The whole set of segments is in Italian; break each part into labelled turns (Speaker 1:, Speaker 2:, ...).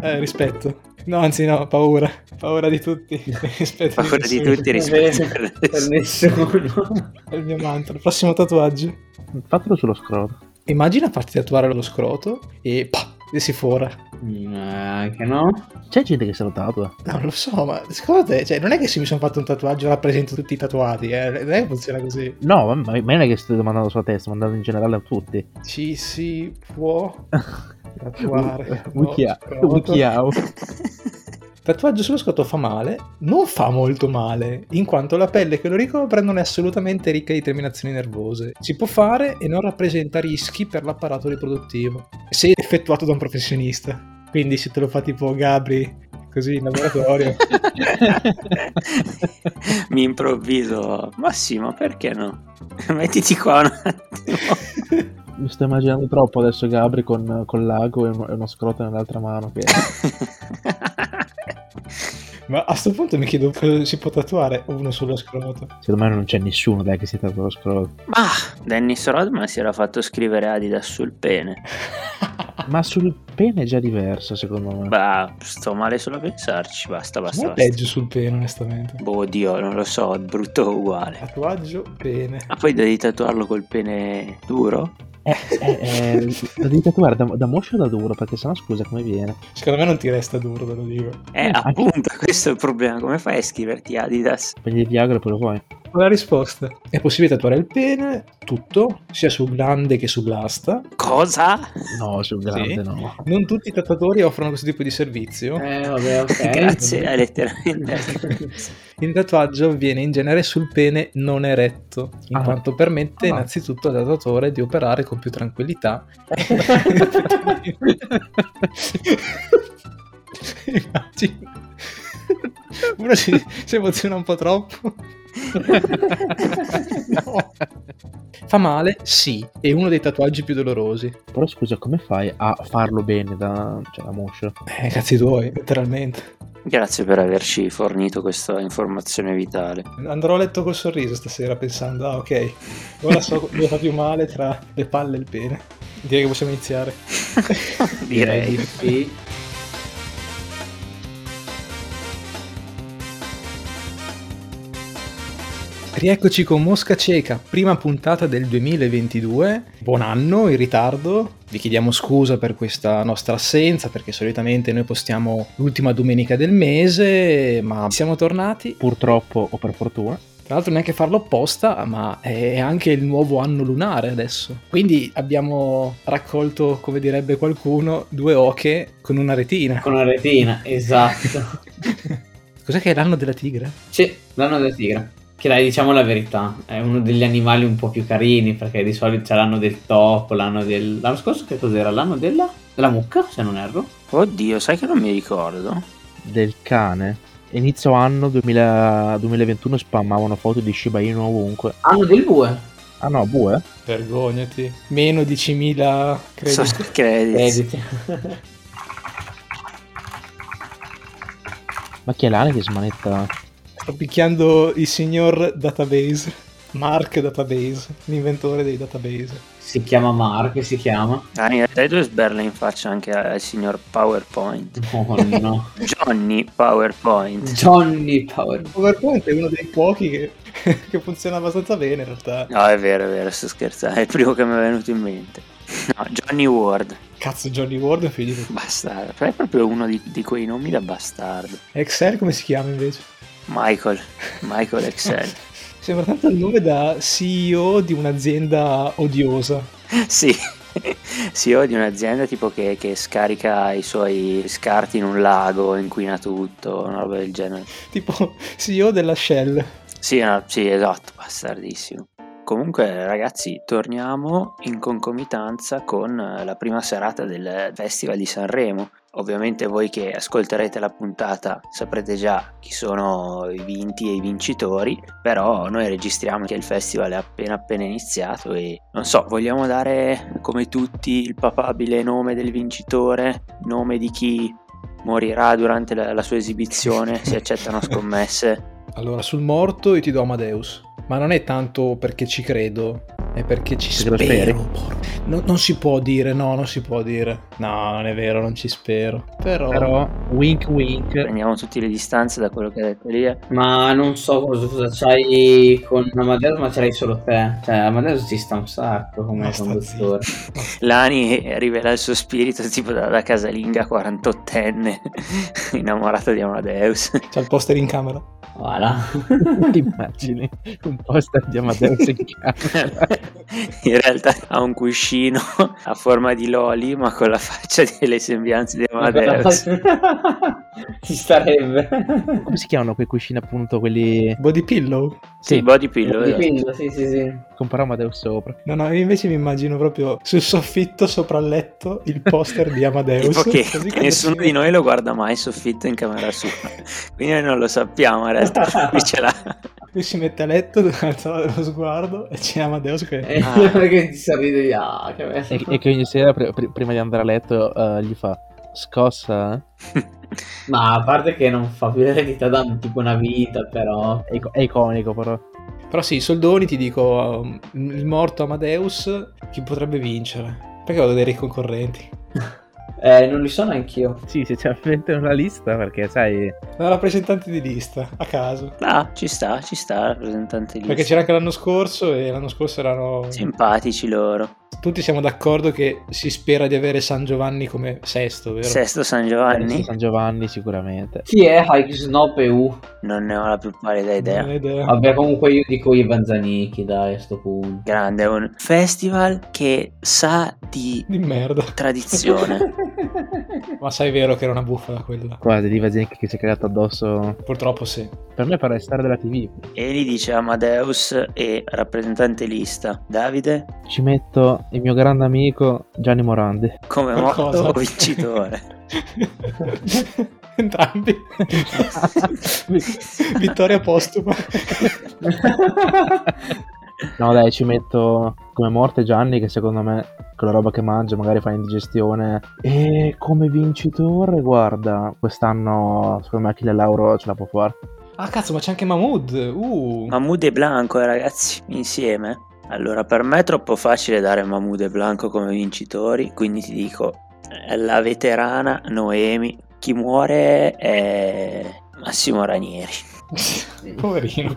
Speaker 1: Eh, rispetto. No, anzi no, paura. Paura di tutti. rispetto
Speaker 2: Paura di
Speaker 1: nessuno.
Speaker 2: tutti
Speaker 3: Bene,
Speaker 2: rispetto
Speaker 3: per nessuno.
Speaker 1: È il mio mantra. Il prossimo tatuaggio.
Speaker 4: Fatelo sullo scroll.
Speaker 1: Immagina farti tatuare lo scroto e pa, e si fora.
Speaker 3: Mm, anche no.
Speaker 4: C'è gente che se lo tatua.
Speaker 1: Non lo so, ma secondo te, cioè, non è che se mi sono fatto un tatuaggio rappresento tutti i tatuati, eh? Non è che funziona così.
Speaker 4: No, ma, ma non è che sto domandando sulla testa, sto mandando in generale a tutti.
Speaker 1: Ci si può tatuare. lo
Speaker 4: Wikia-
Speaker 1: scroto?
Speaker 4: Wikiao.
Speaker 1: Tatuaggio sullo scroto fa male? Non fa molto male, in quanto la pelle che lo ricopre non è assolutamente ricca di terminazioni nervose. Si può fare e non rappresenta rischi per l'apparato riproduttivo, se effettuato da un professionista. Quindi se te lo fa tipo Gabri, così in laboratorio,
Speaker 2: Mi improvviso. Massimo, perché no? Mettiti qua un attimo.
Speaker 4: Mi sto immaginando troppo adesso Gabri con, con l'ago e uno, e uno scroto nell'altra mano. Che...
Speaker 1: Ma a sto punto mi chiedo eh, si può tatuare uno sullo scroto.
Speaker 4: Secondo me non c'è nessuno dai, che si tatua lo scroll.
Speaker 2: Ma Dennis Rodman si era fatto scrivere Adidas sul pene.
Speaker 4: Ma sul pene è già diverso, secondo me.
Speaker 2: Bah, sto male solo a pensarci. Basta, basta,
Speaker 1: Ma è
Speaker 2: basta.
Speaker 1: peggio sul pene, onestamente.
Speaker 2: Boh, oddio, non lo so, è brutto uguale.
Speaker 1: Tatuaggio, pene.
Speaker 2: Ma poi devi tatuarlo col pene duro?
Speaker 4: Eh, eh, lo devi tatuare da, da moscio o da duro? Perché sennò scusa come viene.
Speaker 1: Secondo me non ti resta duro, te lo dico.
Speaker 2: Eh,
Speaker 4: Eh, anche-
Speaker 2: appunto, questo è il problema. Come fai a scriverti Adidas?
Speaker 4: Prendi il Viagra e poi lo vuoi.
Speaker 1: La risposta. È possibile tatuare il pene, tutto, sia su glande che su blasta.
Speaker 2: Cosa?
Speaker 4: No, sul grande
Speaker 1: Sì.
Speaker 4: no.
Speaker 1: Non tutti i tatuatori offrono questo tipo di servizio.
Speaker 3: Eh, vabbè, ok.
Speaker 2: Grazie, hai letteralmente.
Speaker 1: Il tatuaggio avviene in genere sul pene non eretto, in
Speaker 4: Ah.
Speaker 1: quanto permette
Speaker 4: Ah.
Speaker 1: innanzitutto al tatuatore di operare con più tranquillità. Immagino. Uno si, si emoziona un po' troppo. No. Fa male? Sì, è uno dei tatuaggi più dolorosi.
Speaker 4: Però scusa, come fai a farlo bene da, cioè, da moscio?
Speaker 1: Eh, cazzi tuoi, letteralmente.
Speaker 2: Grazie per averci fornito questa informazione vitale.
Speaker 1: Andrò a letto col sorriso stasera pensando, ah ok, ora so cosa fa più male tra le palle e il pene. Direi che possiamo iniziare.
Speaker 2: Direi.
Speaker 3: di sì.
Speaker 1: Rieccoci con Mosca Cieca, prima puntata del 2022. Buon anno in ritardo. Vi chiediamo scusa per questa nostra assenza perché solitamente noi postiamo l'ultima domenica del mese, ma siamo tornati.
Speaker 4: Purtroppo o per fortuna.
Speaker 1: Tra l'altro neanche farlo apposta, ma è anche il nuovo anno lunare adesso. Quindi abbiamo raccolto, come direbbe qualcuno, due oche con una retina.
Speaker 3: Con una retina, esatto.
Speaker 1: Cos'è che è l'anno della tigre?
Speaker 3: Sì, l'anno del tigre. Che dai, diciamo la verità, è uno degli animali un po' più carini, perché di solito c'è l'anno del topo, l'anno del... L'anno scorso che cos'era? L'anno della... della mucca, se non erro.
Speaker 2: Oddio, sai che non mi ricordo?
Speaker 4: Del cane. Inizio anno 2000 2021 spammavano foto di Shiba Inu ovunque.
Speaker 3: Anno del bue.
Speaker 4: Ah no, bue?
Speaker 1: Vergognati. Meno 10.000
Speaker 2: So-
Speaker 1: crediti.
Speaker 2: credits.
Speaker 3: Crediti.
Speaker 4: Ma chi è l'ane che smanetta?
Speaker 1: Sto picchiando il signor Database, Mark Database, l'inventore dei database.
Speaker 3: si chiama Mark, si chiama...
Speaker 2: Ah, in realtà hai due sberle in faccia anche al signor PowerPoint.
Speaker 3: Oh no.
Speaker 2: Johnny PowerPoint.
Speaker 3: Johnny Power.
Speaker 1: PowerPoint è uno dei pochi che, che funziona abbastanza bene in realtà.
Speaker 2: No, è vero, è vero, sto scherzando. È il primo che mi è venuto in mente. No, Johnny Ward.
Speaker 1: Cazzo, Johnny Ward è finito.
Speaker 2: Bastardo. Però È proprio uno di, di quei nomi da bastardo.
Speaker 1: Excel come si chiama invece?
Speaker 2: Michael. Michael Excel.
Speaker 1: Sembra tanto il nome da CEO di un'azienda odiosa.
Speaker 2: sì. CEO di un'azienda tipo che, che scarica i suoi scarti in un lago, inquina tutto, una roba del genere.
Speaker 1: Tipo CEO della Shell.
Speaker 2: Sì, no, sì, esatto, bastardissimo. Comunque, ragazzi, torniamo in concomitanza con eh, la prima serata del Festival di Sanremo. Ovviamente voi che ascolterete la puntata saprete già chi sono i vinti e i vincitori, però noi registriamo che il festival è appena appena iniziato e non so, vogliamo dare come tutti il papabile nome del vincitore, nome di chi morirà durante la, la sua esibizione, si accettano scommesse.
Speaker 1: Allora, sul morto io ti do Amadeus. Ma non è tanto perché ci credo, È perché ci
Speaker 4: Perché lo
Speaker 1: spero.
Speaker 4: speri?
Speaker 1: porco. No, non si può dire, no, non si può dire. No, non è vero, non ci spero. Però,
Speaker 4: Però, wink wink,
Speaker 2: Prendiamo tutte le distanze da quello che ha detto lì.
Speaker 3: Ma non so cosa, cosa c'hai con Amadeus, ma ce l'hai solo te. Cioè, Amadeus ci sta un sacco come
Speaker 1: Ma sta
Speaker 3: conduttore.
Speaker 2: Lani rivela il suo spirito tipo da, da casalinga 48enne innamorata di Amadeus.
Speaker 1: c'è il poster in camera.
Speaker 3: Voilà.
Speaker 4: ti immagini un poster di Amadeus in camera.
Speaker 2: In realtà ha un cuscino a forma di Loli ma con la faccia delle sembianze di Amadeus.
Speaker 3: Ci starebbe.
Speaker 4: Come si chiamano quei cuscini appunto, quelli
Speaker 1: Body pillow?
Speaker 2: Sì, body pillow. esatto.
Speaker 3: Dipinto, sì, sì, sì.
Speaker 4: con però Amadeus sopra?
Speaker 1: No, no, io invece mi immagino proprio sul soffitto sopra il letto il poster di Amadeus.
Speaker 2: Tipo che
Speaker 1: Così quando
Speaker 2: nessuno
Speaker 1: si-
Speaker 2: di noi lo guarda mai il soffitto in camera sua, quindi noi non lo sappiamo in realtà. Lui ce l'ha.
Speaker 1: Lui si mette a letto, alza lo sguardo e c'è Amadeus
Speaker 4: Eh.
Speaker 1: che...
Speaker 3: E
Speaker 2: Ah.
Speaker 3: Eh, perché ci sorride di ah, che bello.
Speaker 4: E, e che ogni sera pr- pr- prima di andare a letto eh, gli fa scossa eh?"
Speaker 3: Ma a parte che non fa più l'eredità da tipo una vita, però.
Speaker 4: è, ico- è iconico però
Speaker 1: Però sì, i soldoni ti dico, um, il morto Amadeus, chi potrebbe vincere? Perché vado a vedere i concorrenti?
Speaker 3: Eh, non li so anch'io.
Speaker 4: sì se c'è veramente una lista perché sai
Speaker 1: Da rappresentanti di lista, a caso.
Speaker 2: Ah, ci sta, ci sta, rappresentante lì.
Speaker 1: Perché c'era anche l'anno scorso e l'anno scorso erano...
Speaker 2: Simpatici loro.
Speaker 1: Tutti siamo d'accordo che si spera di avere San Giovanni come sesto, vero? Eh,
Speaker 2: Sesto San
Speaker 4: sì,
Speaker 2: Giovanni?
Speaker 4: San Giovanni sicuramente
Speaker 3: Chi è Hike Snob e U?
Speaker 2: Non ne ho la più pallida idea.
Speaker 1: Non ho idea.
Speaker 3: Vabbè, comunque io dico Ivan Zanicchi, dai, a sto punto.
Speaker 2: Grande, è un festival che sa di
Speaker 1: Di merda.
Speaker 2: tradizione.
Speaker 1: Ma sai vero che era una bufala quella?
Speaker 4: quasi di Vazenki che si è cagato addosso
Speaker 1: Purtroppo sì.
Speaker 4: per me pare stare della tv
Speaker 2: e lì dice Amadeus e rappresentante lista. Davide,
Speaker 4: ci metto il mio grande amico Gianni Morandi
Speaker 2: come
Speaker 1: Per
Speaker 2: morto
Speaker 1: cosa?
Speaker 2: o vincitore?
Speaker 1: Entrambi. Vittoria postuma.
Speaker 4: no dai ci metto come morte Gianni che secondo me con la roba che mangia magari fa indigestione e come vincitore guarda quest'anno secondo me Achille Lauro ce la può fare
Speaker 1: Ah cazzo, ma c'è anche Mahmood. Uh.
Speaker 2: Mahmood e Blanco, eh, ragazzi, insieme. Allora, per me è troppo facile dare Mahmood e Blanco come vincitori, quindi ti dico eh, la veterana Noemi. Chi muore è Massimo Ranieri.
Speaker 1: Poverino.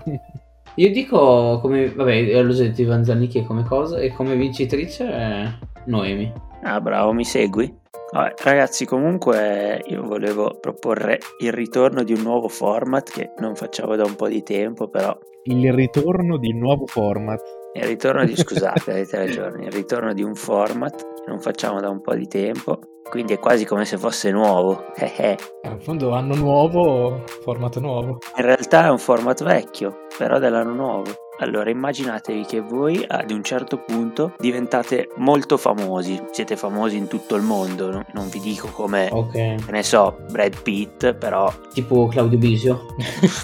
Speaker 3: Io dico come. Vabbè, io l'ho detto Ivan Zanicchi come cosa e come vincitrice eh, Noemi.
Speaker 2: Ah, bravo, mi segui? Vabbè, ragazzi, comunque io volevo proporre il ritorno di un nuovo format che non facciamo da un po' di tempo, però
Speaker 4: il ritorno di nuovo format
Speaker 2: Il ritorno di, scusate, avete ragione, il ritorno di un format che non facciamo da un po' di tempo, quindi è quasi come se fosse nuovo. Eh, eh.
Speaker 1: Eh, In fondo anno nuovo, formato nuovo.
Speaker 2: In realtà è un format vecchio, però dell'anno nuovo. Allora immaginatevi che voi ad un certo punto diventate molto famosi, siete famosi in tutto il mondo, no- non vi dico come,
Speaker 3: Ok.
Speaker 2: che ne so, Brad Pitt, però
Speaker 3: Tipo Claudio Bisio.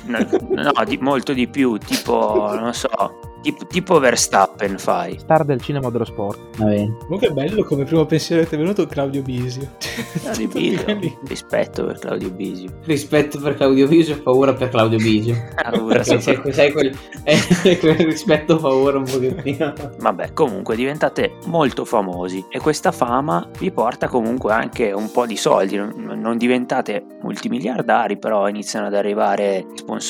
Speaker 2: no, no, di- molto di più, tipo, non so, tipo, tipo Verstappen fai.
Speaker 4: star del cinema o dello sport
Speaker 3: Va bene.
Speaker 1: Comunque è bello come primo pensiero che è venuto Claudio Bisio.
Speaker 2: Claudio
Speaker 1: Tutti
Speaker 2: Bisio,
Speaker 1: quelli-
Speaker 2: rispetto per Claudio Bisio.
Speaker 3: Rispetto per Claudio Bisio e paura per Claudio Bisio.
Speaker 2: Paura
Speaker 3: Perché
Speaker 2: sopra-
Speaker 3: sai, sai quel, eh, quel rispetto paura un pochettino.
Speaker 2: Vabbè, comunque diventate molto famosi e questa fama vi porta comunque anche un po' di soldi. Non, non diventate multimiliardari, però iniziano ad arrivare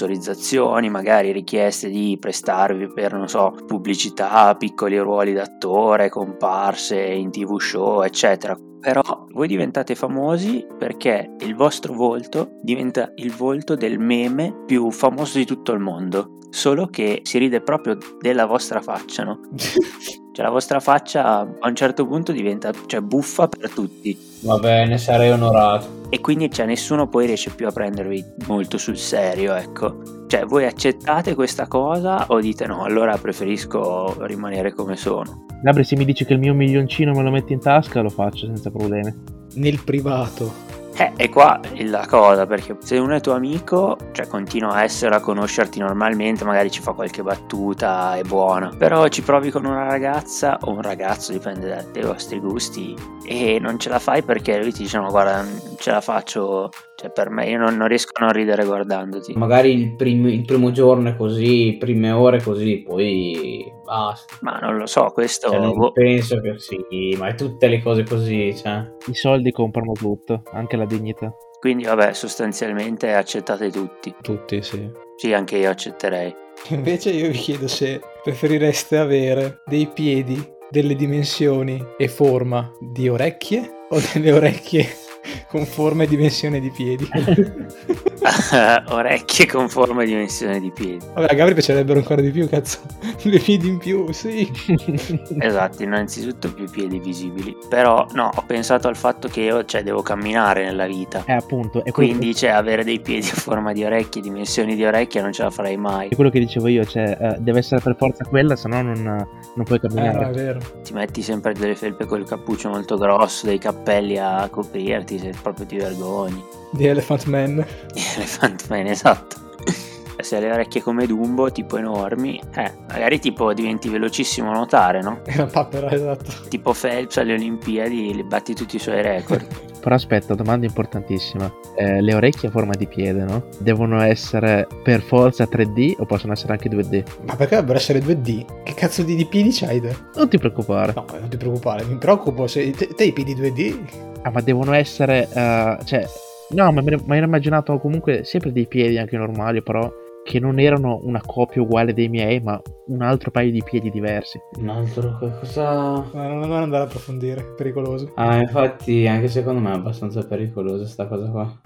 Speaker 2: sponsorizzazioni, magari richieste di prestarvi per, non so, pubblicità, piccoli ruoli d'attore, comparse in tv show, eccetera. Però voi diventate famosi perché il vostro volto diventa il volto del meme più famoso di tutto il mondo. Solo che si ride proprio della vostra faccia, no? Cioè la vostra faccia a un certo punto diventa cioè, buffa per tutti
Speaker 3: Va bene, sarei onorato.
Speaker 2: e quindi cioè, nessuno poi riesce più a prendervi molto sul serio, ecco. Cioè voi accettate questa cosa o dite no, allora preferisco rimanere come sono.
Speaker 4: Gabri se mi dici che il mio milioncino me lo metti in tasca lo faccio senza problemi
Speaker 1: Nel privato.
Speaker 2: Eh, e qua è la cosa, perché se uno è tuo amico, cioè continua a essere a conoscerti normalmente, magari ci fa qualche battuta, è buona, però ci provi con una ragazza o un ragazzo, dipende da- dai vostri gusti, e non ce la fai perché lui ti dice no guarda non ce la faccio Cioè, per me, io non, non riesco a non ridere guardandoti.
Speaker 3: Magari il, prim- il primo giorno è così, prime ore è così, poi basta.
Speaker 2: Ma non lo so, questo.
Speaker 3: Cioè, non
Speaker 2: boh.
Speaker 3: penso che sì, ma è tutte le cose così, cioè.
Speaker 4: I soldi comprano tutto, anche la dignità.
Speaker 2: Quindi, vabbè, sostanzialmente accettate tutti.
Speaker 1: Tutti, sì.
Speaker 2: Sì, anche io accetterei.
Speaker 1: Invece io vi chiedo se preferireste avere dei piedi, delle dimensioni e forma di orecchie o delle orecchie con forma e dimensione di piedi.
Speaker 2: Orecchie con forma e dimensione di piedi.
Speaker 1: Vabbè, a Gabri piacerebbero ancora di più, cazzo. Due piedi in più, sì.
Speaker 2: Esatto, innanzitutto più piedi visibili. Però, no, ho pensato al fatto che io, cioè, devo camminare nella vita.
Speaker 4: Eh, appunto, è quello,
Speaker 2: Quindi, cioè, avere dei piedi a forma di orecchie, dimensioni di orecchie, non ce la farei mai.
Speaker 4: è quello che dicevo io, cioè eh, deve essere per forza quella, se no non, non puoi
Speaker 1: Eh, no,
Speaker 4: camminare.
Speaker 1: è vero.
Speaker 2: Ti metti sempre delle felpe col cappuccio molto grosso, dei cappelli a coprirti, se proprio ti vergogni.
Speaker 1: Di Elephant Man.
Speaker 2: Elephant Man, esatto. Se hai le orecchie come Dumbo, tipo enormi, eh, magari tipo diventi velocissimo a nuotare, no?
Speaker 1: È una papera, esatto.
Speaker 2: Tipo Phelps alle Olimpiadi, li batti tutti i suoi record.
Speaker 4: Però aspetta, domanda importantissima. Eh, le orecchie a forma di piede, no? Devono essere per forza 3D o possono essere anche 2D?
Speaker 1: Ma perché dovrebbero essere 2D? Che cazzo di, di piedi c'hai te?
Speaker 4: Non ti preoccupare.
Speaker 1: No, eh, non ti preoccupare, mi preoccupo se te, te i piedi 2D.
Speaker 4: Ah, ma devono essere... eh, cioè... No, ma me ne- ma ero immaginato comunque sempre dei piedi anche normali, però che non erano una copia uguale dei miei, ma un altro paio di piedi diversi.
Speaker 3: Un altro cosa...
Speaker 1: Ma non, non andare a approfondire, pericoloso.
Speaker 3: Ah, infatti, anche secondo me è abbastanza pericolosa sta cosa qua.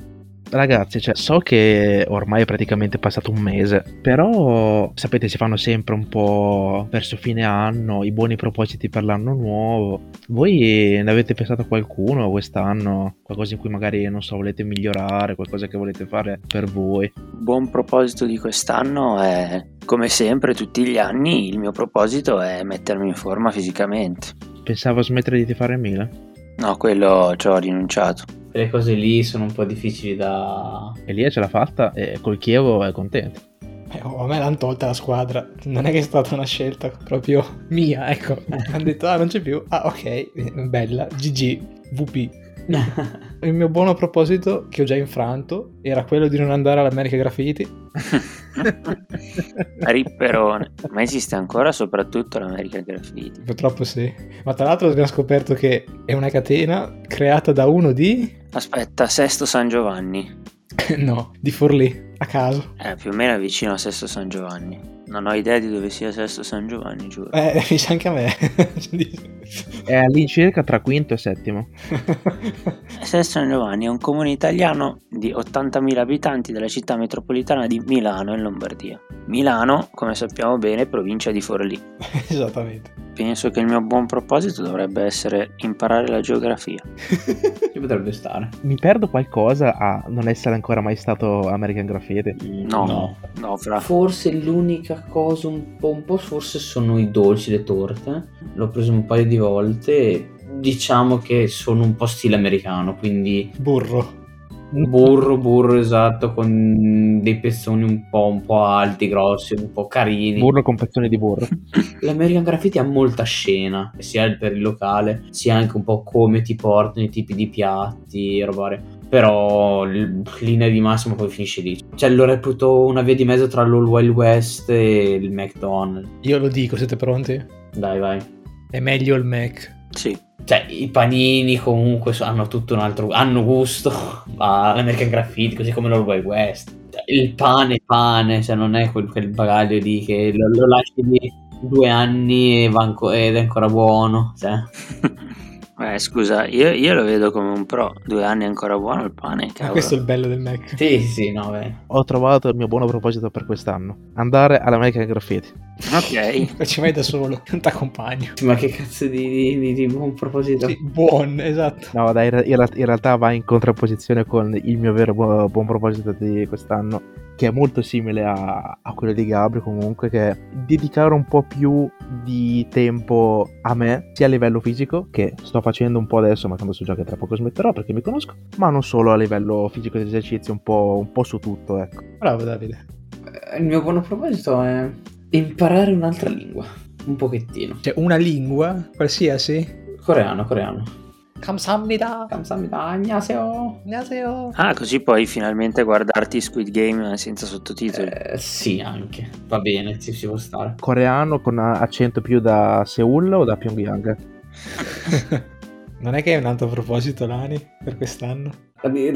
Speaker 4: Ragazzi, cioè, so che ormai è praticamente passato un mese, però sapete si fanno sempre un po' verso fine anno i buoni propositi per l'anno nuovo. Voi ne avete pensato a qualcuno quest'anno? Qualcosa in cui magari, non so, volete migliorare, qualcosa che volete fare per voi?
Speaker 2: Buon proposito di quest'anno è, come sempre, tutti gli anni, il mio proposito è mettermi in forma fisicamente.
Speaker 4: Pensavo a smettere di fare Milan.
Speaker 2: No, quello ci ho rinunciato.
Speaker 3: Quelle cose lì sono un po' difficili da...
Speaker 4: Elia ce l'ha fatta e col Chievo è contento.
Speaker 1: Eh, oh, a me l'hanno tolta la squadra. Non è che è stata una scelta proprio mia, ecco. Hanno detto, ah, non c'è più. Ah, ok, bella. GG, VP. Il mio buono proposito, che ho già infranto, era quello di non andare all'America Graffiti.
Speaker 2: Ripperone. Ma esiste ancora soprattutto l'American Graffiti.
Speaker 1: Purtroppo sì. Ma tra l'altro abbiamo scoperto che è una catena creata da uno di...
Speaker 2: Aspetta, Sesto San Giovanni.
Speaker 1: No, di Forlì, a caso.
Speaker 2: Eh, più o meno è vicino a Sesto San Giovanni. Non ho idea di dove sia Sesto San Giovanni, giuro.
Speaker 1: Eh, mi sa anche a me.
Speaker 4: È all'incirca tra quinto e settimo.
Speaker 2: Sesto San Giovanni è un comune italiano di 80.000 abitanti della città metropolitana di Milano in Lombardia. Milano, come sappiamo bene, è provincia di Forlì.
Speaker 1: Esattamente.
Speaker 2: Penso che il mio buon proposito dovrebbe essere imparare la geografia.
Speaker 3: Ci potrebbe stare.
Speaker 4: Mi perdo qualcosa a non essere ancora mai stato American Graffiti.
Speaker 2: No. No, fra.
Speaker 3: Forse l'unica cosa un po', un po' forse sono i dolci, le torte. L'ho preso un paio di volte. Diciamo che sono un po' stile americano, quindi
Speaker 1: Burro.
Speaker 3: burro, burro esatto, con dei pezzoni un po', un po' alti, grossi, un po' carini.
Speaker 4: Burro con pezzoni di burro.
Speaker 3: L'American Graffiti ha molta scena, sia per il locale, sia anche un po' come ti portano i tipi di piatti, roba varia. Però l- linea di massima poi finisce lì. Cioè lo reputo una via di mezzo tra l'All Wild West e il McDonald's.
Speaker 1: Io lo dico, siete pronti?
Speaker 3: Dai vai.
Speaker 1: È meglio il Mac.
Speaker 2: Sì.
Speaker 3: Cioè i panini comunque so- hanno tutto un altro... hanno gusto. Ma l'American Graffiti, così come l'All Wild West. Cioè, Il pane, pane, cioè non è quel, quel bagaglio lì che lo, lo lasci lì due anni e va anco- ed è ancora buono. Cioè.
Speaker 2: Eh, scusa, io, io lo vedo come un pro. Due anni è ancora buono il pane,
Speaker 1: Ma
Speaker 2: cavolo.
Speaker 1: questo è il bello del Mac.
Speaker 3: Sì, sì, no, beh.
Speaker 4: Ho trovato il mio buono proposito per quest'anno. Andare all'American Graffiti.
Speaker 2: Ok.
Speaker 1: Ma ci vai da solo, non ti accompagno.
Speaker 3: Ma che cazzo di, di, di, di buon proposito.
Speaker 1: Sì, buon, esatto.
Speaker 4: No, dai, in re- in re- in realtà va in contrapposizione con il mio vero buo- buon proposito di quest'anno, che è molto simile a, a quello di Gabri comunque, che è dedicare un po' più di tempo a me, sia a livello fisico, che sto facendo un po' adesso, ma tanto so già che tra poco smetterò perché mi conosco, ma non solo a livello fisico di esercizio, un po', un po' su tutto, ecco.
Speaker 1: Bravo Davide.
Speaker 3: Eh, Il mio buon proposito è imparare un'altra lingua. Un pochettino.
Speaker 1: Cioè, una lingua qualsiasi?
Speaker 3: Coreano, coreano.
Speaker 1: Kamsamnida.
Speaker 3: Kamsamida, annyeonghaseyo.
Speaker 1: Annyeonghaseyo.
Speaker 2: Ah, così puoi finalmente guardarti Squid Game senza sottotitoli.
Speaker 3: Eh, sì, anche. Va bene, ci si può stare.
Speaker 4: Coreano con accento più da Seoul o da Pyongyang?
Speaker 1: Non è che hai un altro proposito, Lani, per quest'anno?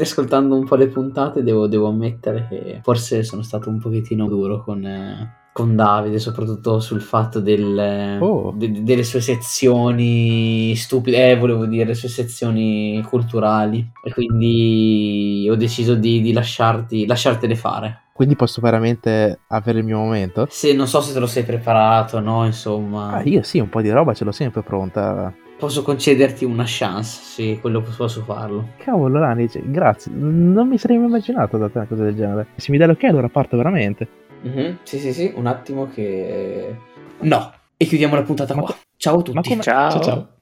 Speaker 3: Ascoltando un po' le puntate devo, devo ammettere che forse sono stato un pochettino duro con, eh, con Davide, soprattutto sul fatto del, eh,
Speaker 4: Oh.
Speaker 3: de- delle sue sezioni stupide, eh, volevo dire, le sue sezioni culturali. E quindi ho deciso di, di lasciarti, lasciartele fare.
Speaker 4: Quindi posso veramente avere il mio momento?
Speaker 3: Se non so se te lo sei preparato, no, insomma.
Speaker 4: Ah, io sì, un po' di roba ce l'ho sempre pronta.
Speaker 3: Posso concederti una chance, sì, quello posso farlo.
Speaker 4: Cavolo, Lani, cioè, grazie. Non mi sarei mai immaginato da te una cosa del genere. Se mi dai l'ok, allora parto veramente.
Speaker 3: Sì, sì, sì, un attimo che... eh, No, e chiudiamo la puntata
Speaker 4: Ma
Speaker 3: qua. Ciao a tutti.
Speaker 4: ma come-
Speaker 2: Ciao.
Speaker 1: Ciao ciao.